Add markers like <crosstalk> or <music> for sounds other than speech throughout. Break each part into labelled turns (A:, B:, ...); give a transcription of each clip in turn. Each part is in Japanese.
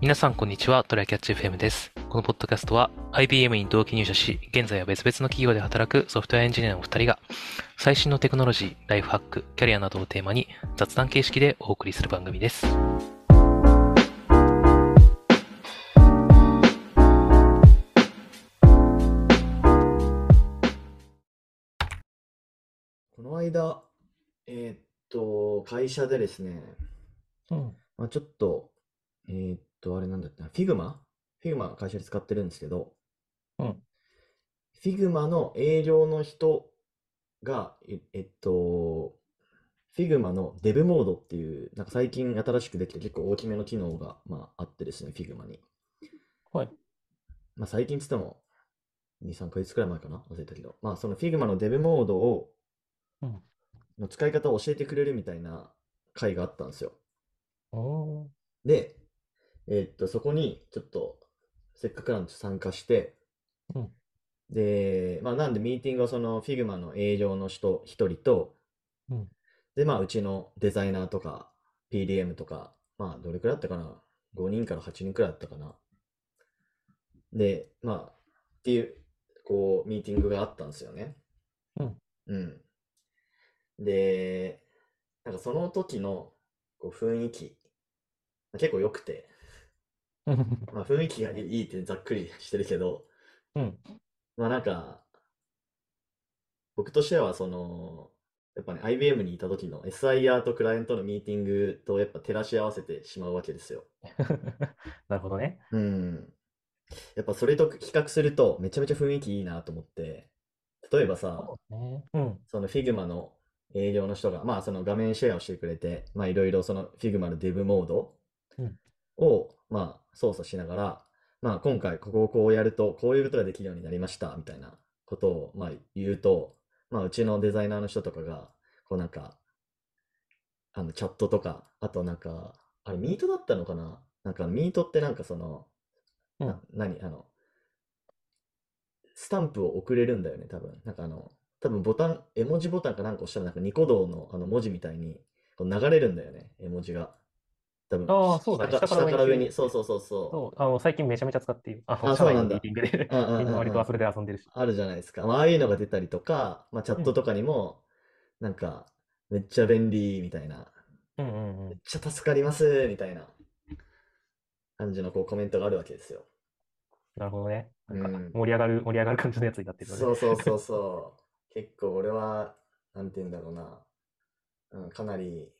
A: 皆さんこんにちは、トライキャッチ FM です。このポッドキャストは IBM に同期入社し、現在は別々の企業で働くソフトウェアエンジニアのお二人が、最新のテクノロジー、ライフハック、キャリアなどをテーマに雑談形式でお送りする番組です。
B: この間、えーっと、会社でですね、
A: うん。
B: まあ、ちょっと、えーっと、あれなんだっけな、Figma? Figma 会社で使ってるんですけど、
A: うん。
B: Figma の営業の人が、ええっと、Figma のデブモードっていう、なんか最近新しくできて結構大きめの機能が、まあ、あってですね、Figma に。
A: はい。
B: まあ、最近っつっても、2、3ヶ月くらい前かな忘れたけど。まあ、その Figma のデブモードを、
A: うん
B: の使い方を教えてくれるみたいな回があったんですよ。 <laughs>
A: お
B: で、えーっと、そこに、ちょっと、せっかくなんで参加して、
A: うん
B: で、まあ、なんで、ミーティングはその、Figma の営業の人一人と、
A: うん
B: で、まあ、うちのデザイナーとか、PDM とか、まあ、どれくらいだったかな ?5 人から8人くらいだったかなで、まあ、っていう、こう、ミーティングがあったんですよね。
A: うん。
B: うん。で、なんかその時の、こう、雰囲気、結構良くて、
A: うん。
B: まあ、雰囲気がいいってざっくりしてるけど、
A: うん。
B: まあなんか、僕としてはその、やっぱね、IBM にいた時の SIR とクライアントのミーティングとやっぱ照らし合わせてしまうわけですよ。
A: なるほどね。
B: うん。やっぱそれと比較するとめちゃめちゃ雰囲気いいなと思って、例えばさ、
A: ね。うん。
B: その Figma の営業の人が、まあその画面シェアをしてくれて、まあいろいろその Figma のデブモード
A: うん
B: を、まあ操作しながら、まあ今回ここをこうやると、こういうことができるようになりました、みたいなことを、まあ言うと、まあうちのデザイナーの人とかが、こうなんか、あのチャットとか、あとなんか、あれミートだったのかななんかミートってなんかその、
A: うん
B: な、何あの、スタンプを送れるんだよね、多分。なんかあの、多分ボタン、絵文字ボタンかなんか押したらなんかニコ動のあの文字みたいにこう流れるんだよね、絵文字が。多分
A: あーそうだね
B: 下か、
A: 下から
B: 下から
A: 上に
B: 上に。そうそうそうそ
A: そう、あの、最近めちゃめちゃ使っている。あの、
B: あ
A: 社
B: そう
A: 内
B: な
A: の
B: ん
A: ミ
B: だ
A: ーティングで、
B: う。うんうん
A: みんな割
B: うんう
A: と
B: ん
A: それで遊んでるし。
B: あるじゃないですか。まあ、ああいうのが出たりとか、まあ、チャットとかにも、なんか、めっちゃ便利みたいな、
A: うんうんう
B: め
A: ん
B: っ。ちゃ助かりますみたいな感じのこうコメントがあるわけですよ。
A: なるほどね。なんか
B: うん
A: 盛り上がる、盛り上がる感じのやつになってるよね。
B: そうそうそうそう。 <laughs> 結構俺は、なんて言うんだろうな。うん、かなり、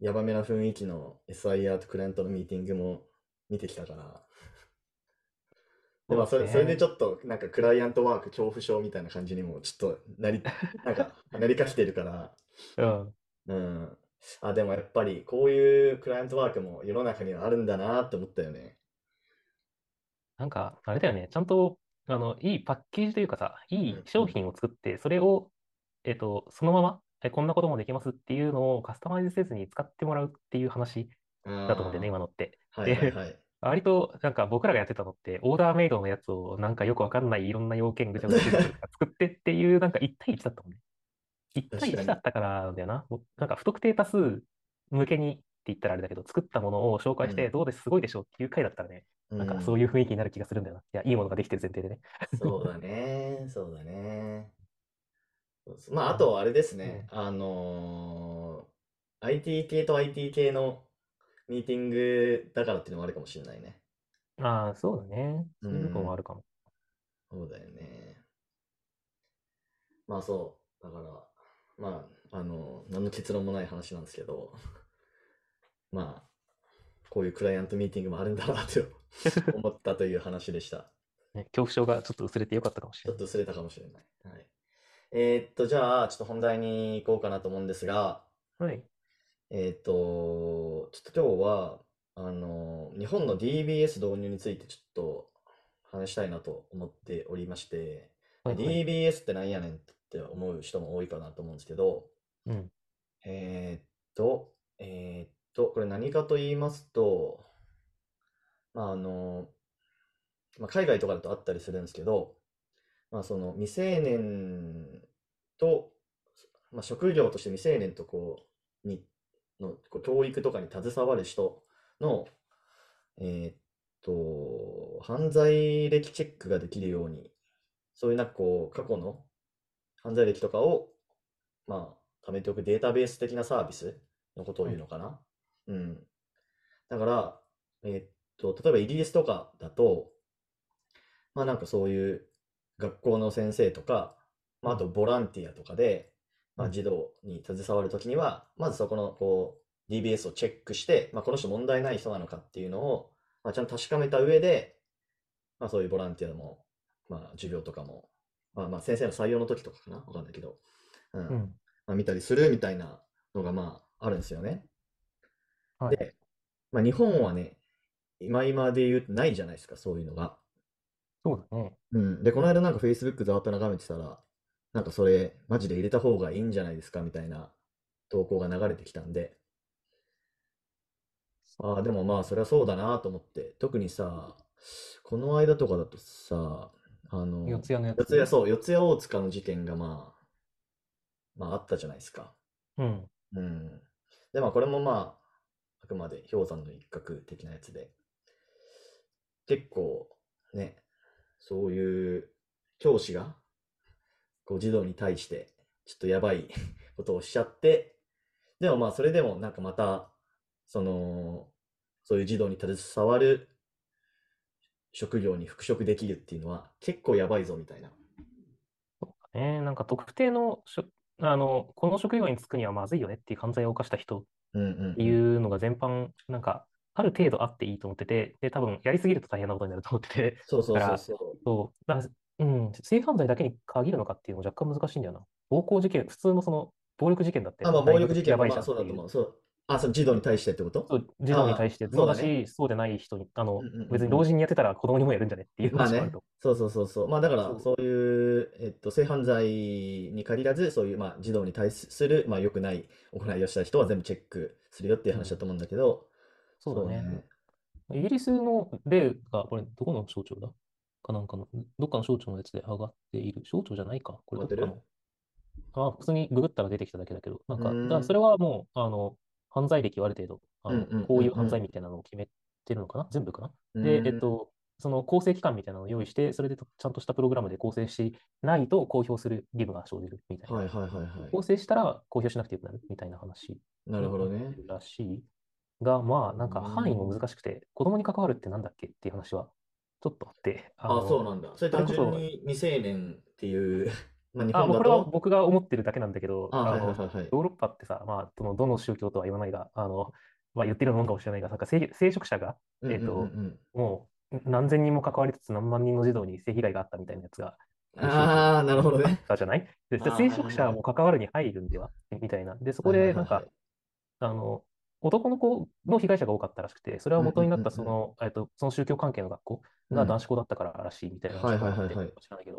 B: やばめな雰囲気の SIR とクライアントのミーティングも見てきたから。で、まあ、それ、それでちょっと、なんか、クライアントワーク恐怖症みたいな感じにも、ちょっと、なり、 <laughs> なんか、なりかしてるから、
A: うん。
B: うん。あ、でもやっぱり、こういうクライアントワークも世の中にはあるんだなって思ったよね。
A: なんか、あれだよね。ちゃんと、あの、いいパッケージというかさ、い
B: うんう
A: い
B: ん
A: 商品を作って、それを、えっと、そのまま、え、こんなこともできますっていうのをカスタマイズせずに使ってもらうっていう話だと思うんだよね、
B: あ
A: 今のって。
B: あ、はいはい
A: <laughs>
B: はい。
A: 割と、なんか僕らがやってたのって、オーダーメイドのやつを、なんかよくわかんないいろんな要件ぐちゃぐちゃぐちゃぐちゃ作ってっていう、なんか1対1だったもんね。1対
B: 確か
A: 1
B: に
A: だったからなんだよな。もうなんか不特定多数向けにって言ったらあれだけど、作ったものを紹介して、
B: うん
A: どうです、すごいでしょっていう回だったらね、なんかそういう雰囲気になる気がするんだよな。いや、いいものができてる前提でね。
B: そうだね、そうだね。そうそうまあ、あと、あれですね、あのー IT 系と IT 系のミーティングだからっていうのもあるかもしれないね。
A: ああ、そうだね。そういう部分
B: うん
A: はあるかも。
B: そうだよね。まあ、そう。だから、まあ、あの、何の結論もない話なんですけど、 <laughs> まあ、こういうクライアントミーティングもあるんだなって思ったという話でした。
A: ね、恐怖症がちょっと薄れてよかったかもし
B: ち
A: れ
B: ょ
A: な
B: っ
A: い。
B: と薄れたかもしれない。はい。えーっと、じゃあ、ちょっと本題に行こうかなと思うんですが、
A: はい。
B: えーっと、ちょっと今日は、あの、日本の DBS 導入についてちょっと話したいなと思っておりまして、
A: はいはい
B: DBS ってなんやねんって思う人も多いかなと思うんですけど、
A: うん。
B: えーっと、えーっと、これ何かと言いますと、まああの、まあ、海外とかだとあったりするんですけど、まあその未成年と、まあ、職業として未成年とこう、に、のこう教育とかに携わる人の、えーっと、犯罪歴チェックができるように、そういうなんかこう、過去の犯罪歴とかを、まあ、貯めておくデータベース的なサービスのことを言うのかな。うん。だから、えーっと、例えばイギリスとかだと、まあなんかそういう学校の先生とか、まああとボランティアとかで、まあ
A: うん
B: 児童に携わるときには、まずそこのこう DBS をチェックして、まあこの人問題ない人なのかっていうのを、まあちゃんと確かめた上で、まあそういうボランティアも、まあ授業とかも、まあまあ先生の採用の時とかかな、わかんないけど、う、
A: うんん。
B: まあ見たりするみたいなのがまああるんですよね。
A: はい
B: で、まあ日本はね、今今で言うとないじゃないですか、そういうのが。
A: そうだね。
B: うん。で、この間なんか Facebook ざわっと眺めてたら、なんかそれ、マジで入れた方がいいんじゃないですかみたいな投稿が流れてきたんで、ああ、でもまあ、そりゃそうだなと思って、特にさ、この間とかだとさ、あの、
A: 四谷のやつ。
B: 四谷、そう、四谷大塚の事件がまあ、まああったじゃないですか。
A: うん。
B: うん。で、まあ、これもまあ、あくまで氷山の一角的なやつで、結構ね、そういう教師が、こう児童に対して、ちょっとやばい <laughs> ことをしちゃって、でもまあ、それでもなんかまた、その、そういう児童に携わる職業に復職できるっていうのは、結構やばいぞみたいな。
A: ね、なんか特定のしょ、あの、この職業に就くにはまずいよねっていう犯罪を犯した人っ
B: うんうん
A: ていうのが全般、なんか、ある程度あっていいと思ってて、で、多分、やりすぎると大変なことになると思ってて、
B: そうそう
A: だ
B: そ
A: か
B: う
A: ら
B: そ
A: <laughs> そう、だ、
B: う。
A: うん、性犯罪だけに限るのかっていうのも若干難しいんだよな。暴行事件、普通のその暴力事件だって
B: あ、まあ、暴
A: 大
B: 力事
A: 学
B: 件
A: や
B: も
A: ばい
B: ま
A: じゃ
B: あ
A: ん
B: そう
A: っ
B: だ
A: ていう。
B: と思う。そう。あ、その児童に対してってこと
A: そう、児童に対して
B: あー
A: そうだ
B: そうだ
A: し、そうでない人に、あの
B: うんうんうん、
A: 別に老人にやってたら子供にもやるんじゃねっていう
B: まあ
A: 話もあ
B: ね
A: ると。
B: そうそうそうそう。まあだから、
A: そう
B: そういう、えっと、性犯罪に限らず、そういう、まあ、児童に対する、まあ、良くない行いをした人は全部チェックするよっていう話だと思うんだけど、
A: そうだね。イギリスの例が、これ、どこの省庁だかなんかの、どっかの省庁のやつで上がっている。省庁じゃないか。これ
B: 上
A: ど
B: がっ
A: っ
B: てる
A: かの。あ、普通にググったら出てきただけだけど、なんか、
B: うーん
A: だからそれはもう、あの、犯罪歴をある程度、あ
B: うん
A: の、
B: うんうんうん
A: こういう犯罪みたいなのを決めてるのかな全部かな
B: う
A: で、
B: ん
A: えっと、その構成機関みたいなのを用意して、それでとちゃんとしたプログラムで構成しないと公表する義務が生じるみたいな。
B: はいはいはいはい。
A: 構成したら公表しなくてよくなるみたいな話
B: なるほどね。
A: らしいが、まあ、なんか
B: うん
A: 範囲も難しくて、子供に関わるってなんだっけっていう話はちょっとあって、あ
B: あ、
A: の
B: そうなんだ。それ
A: それ
B: 単
A: こそ
B: 純に未成年っていう、 <laughs> まあ、日
A: あ、
B: 本
A: もう
B: だ
A: これは
B: と、
A: 僕が思ってるだけなんだけど、
B: あ、
A: あ
B: はいはい
A: の、
B: はいはい。
A: ヨーロッパってさ、まあ、そのどの宗教とは言わないが、あの、まあ、言ってるもんかもしれないが、なんか聖、聖職者が
B: うんうんうんうん。
A: もう何千人も関わりつつ何万人の児童に性被害があったみたいなやつが、
B: ああ、なるほどね。
A: あじゃないで、
B: あー
A: 聖職者も関わるに入るんではみたいな。で、そこ
B: はいは
A: で、
B: いは
A: ないんか、あの、男の子の被害者が多かったらしくて、それは元になった
B: うんうん
A: そ
B: うんう
A: の、えっと、その宗教関係の学校
B: う
A: が
B: ん
A: 男子校だったかららしいみたいな
B: はい
A: 話があって、
B: はいはいはい
A: 知らないけど。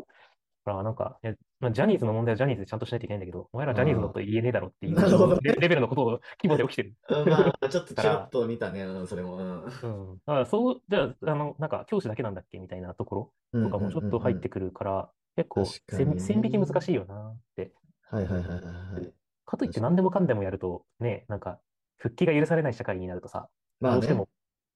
A: だからなんか、いやまあジャニーズの問題はジャニーズでちゃんとしないといけないんだけど、お前らジャニーズのこと言えねえだろっていう
B: なるほどね
A: レレベルのことを規模で起きてる。
B: うん
A: <laughs>
B: まあ、ちょっとちらっと見たね、うんそれも。う
A: うん。
B: ん
A: だからそう、じゃあ、あの、なんか教師だけなんだっけみたいなところとかもちょっと入ってくるから、結構
B: 確か
A: 線
B: に
A: 線引き難しいよなって。
B: はいはいはいはいはい。
A: かといって何でもかんでもやると、ね、なんか、復帰が許されない社会になるとさ、
B: まあ
A: どうして
B: ね。
A: も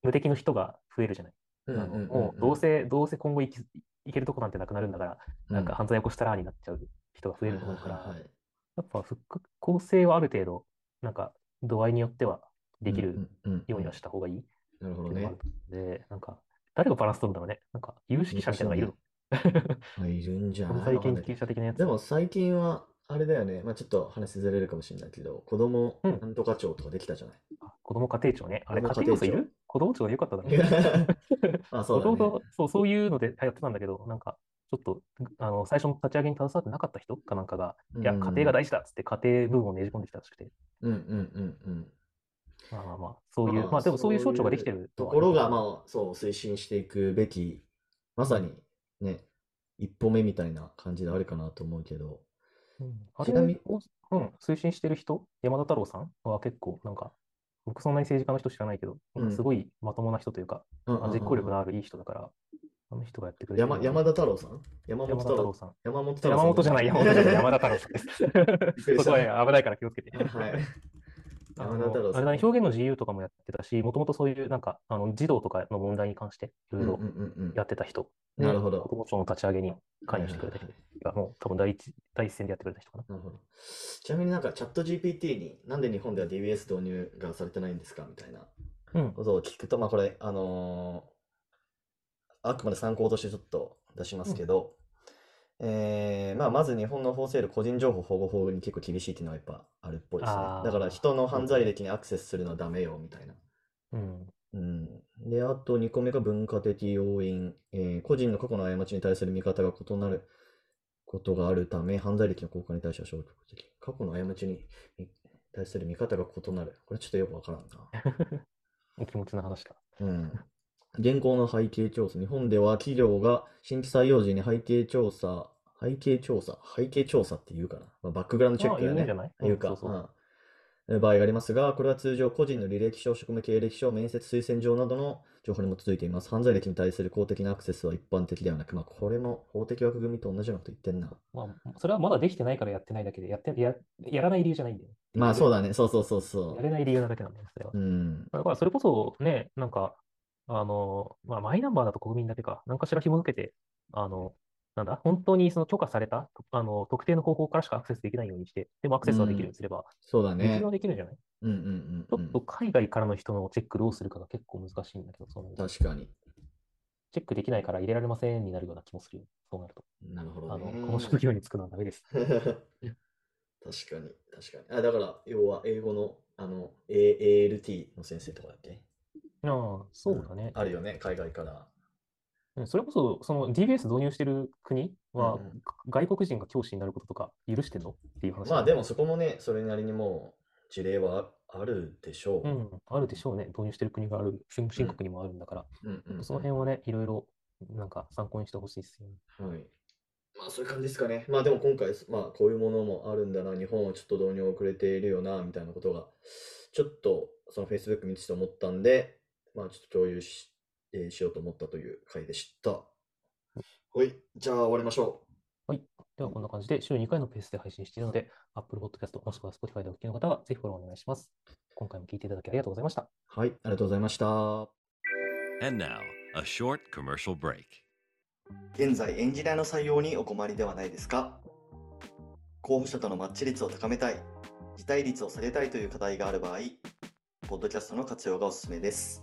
A: 無敵の人が増えるじゃない。
B: うんうんうんうん
A: あのもうどうせ、どうせ今後生き、生けるとこなんてなくなるんだから、なんか犯罪起こしたらになっちゃう人が増えると思うから、
B: はいはいはいはい
A: やっぱ復興性はある程度、なんか、度合いによってはできる
B: うんうん
A: ようにはした方がいいっ
B: なるほ
A: て
B: ど
A: いうのもあ
B: ね
A: る。と思うんで、なんか、誰がバランス取るんだろうね。なんか、有識者みたいなのがいるの。
B: まあいるんじゃ
A: <laughs> 犯
B: ない
A: 罪
B: わか
A: 研
B: んないけ
A: 究
B: ど
A: 者的なやつ。
B: でも最近は、あれだよね。まあちょっと話ずれるかもしれないけど、子供
A: うん
B: なんとか庁とかできたじゃない。
A: <laughs> 子供家庭庁ね。あれ、
B: 子
A: 家
B: 供
A: 庭
B: 家
A: 庁い
B: 庭庁
A: る子供庁でよかっただろう。
B: まあそ
A: も
B: うだ
A: と
B: ね
A: も。と、そう、そういうのでやってたんだけど、なんか、ちょっと、あの、最初の立ち上げに携わってなかった人かなんかが、いや、
B: う
A: 家
B: ん
A: 庭が大事だっつって家庭部分をねじ込んできたらしくて、
B: うんうんうんうん。
A: まあまあまあ、そういう、
B: まあ
A: まあでもそういう
B: そ
A: 省
B: ういう
A: 庁ができてる
B: ところが、
A: あ、
B: まあそう、推進していくべき、まさにね、一歩目みたいな感じであるかなと思うけど。
A: うんあ
B: ち
A: れ
B: なみに
A: を、うん、推進してる人、山田太郎さんは結構、なんか、僕そんなに政治家の人知らないけど、なんかすごいまともな人というか、
B: うんうんうんうん
A: 実行力のあるいい人だから、あの人がやってくれてる
B: 山、
A: ので
B: 山田太郎さん山
A: 山
B: 本
A: 田
B: 太
A: 太郎
B: 郎。
A: さん。
B: 山本太郎
A: 山
B: さん。
A: 本じゃない、山本じゃない、山田太郎さんです。 <laughs>
B: びっくりした <laughs>
A: そこはね危ないから気をつけて。
B: はい。山
A: あ
B: 田
A: の
B: 太郎
A: あ
B: さん
A: れだね、
B: ね
A: 表現の自由とかもやってたし、もともとそういうなんか、あの、児童とかの問題に関して、いろいろ
B: うんうんうんうん
A: やってた人で、
B: なるほど
A: 国務省の立ち上げに関与してくれた
B: はいはい
A: 人
B: はい
A: が、もう多分第一、第一線でやってくれた人かな。
B: なるほど。ちなみになんかチャット GPT になんで日本では DBS 導入がされてないんですかみたいな
A: うん。
B: ことを聞くと、まあこれ、あのーあくまで参考としてちょっと出しますけど、えーまあまず日本の法制度、個人情報保護法に結構厳しいっていうのはやっぱあるっぽいですね。
A: あー
B: だから人の犯罪歴にアクセスするのはダメよ、みたいな。
A: うん。
B: うん、で、あと2個目が文化的要因、えー個人の過去の過ちに対する見方が異なることがあるため、犯罪歴の効果に対しては消極的。過去の過ちに対する見方が異なる。これちょっとよくわからんな。
A: お気持ちの話だ。
B: うん。現行の背景調査。日本では企業が新規採用時に背景調査、背景調査、背景調査って言うかな。まあ、バックグラウンドチェック
A: ま
B: だ
A: あ、言う
B: よ
A: ん
B: ね
A: じゃ。ない
B: いうんか、
A: そうそう。
B: うん場合がありますが、これは通常個人の履歴書、職務経歴書、面接推薦状などの情報に基づいています。犯罪歴に対する公的なアクセスは一般的ではなく、まあ、これも法的枠組みと同じようなこと言ってんな。
A: まあ、それはまだできてないからやってないだけで、やって、や、やらない理由じゃないんだよね。
B: まあそうだね、そうそうそうそ
A: やれない理由なだけなんだよ、それは
B: う。。うん。
A: だからそれこそね、なんか、あの、まあ、マイナンバーだと国民だけか、何かしら紐づけて、あの、なんだ、本当にその許可された、あの、特定の方法からしかアクセスできないようにして、でもアクセスはできるようにすれば、
B: そうだ
A: 一
B: ね。
A: 応できるんじゃない
B: うんうん
A: ちょ
B: うんう
A: っ
B: ん
A: と。海外からの人のチェックどうするかが結構難しいんだけど、そうなると。
B: 確かに。
A: チェックできないから入れられませんになるような気もするよ。そうなると。
B: なるほ
A: あ
B: ど
A: の、
B: ね。
A: この職業に就くのはダメです。
B: <laughs> 確かに、確かに。あ、だから、要は英語の、あの、A- ALT の先生とかだっけ
A: ああ、そうだね。
B: あるよね、海外から。
A: うんそれこそ、その DBS 導入してる国は
B: うんうん、
A: 外国人が教師になることとか許してんのっていう話
B: まあ
A: だ
B: でもそこもね、それなりにもう事例はあるでしょう。
A: うん、あるでしょうね。導入してる国がある、先進国にもあるんだから、
B: うんうんうん
A: その辺はね、いろいろ、なんか参考にしてほしいですよね。
B: はい。まあそういう感じですかね。まあでも今回、まあこういうものもあるんだな、日本はちょっと導入遅れているよな、みたいなことが、ちょっとその Facebook 見てて思ったんで、まあちょっと共有し、えーしようと思ったという回でした。はい、じゃあ終わりましょ
A: では、こんな感じで週2回のペースで配信しているので、Apple Podcast もしくは Spotify でお聞きの方は、ぜひフォローお願いします。今回も聞いていただきありがとうございました。
B: う。はい、ありがとうございました。
C: And now, a short commercial break.
B: 現在エンジニアの採用にお困りではないですか候補者とのマッチ率を高めたい辞退率を下げたいという課題がある場合ポッドキャストの活用がおすすめです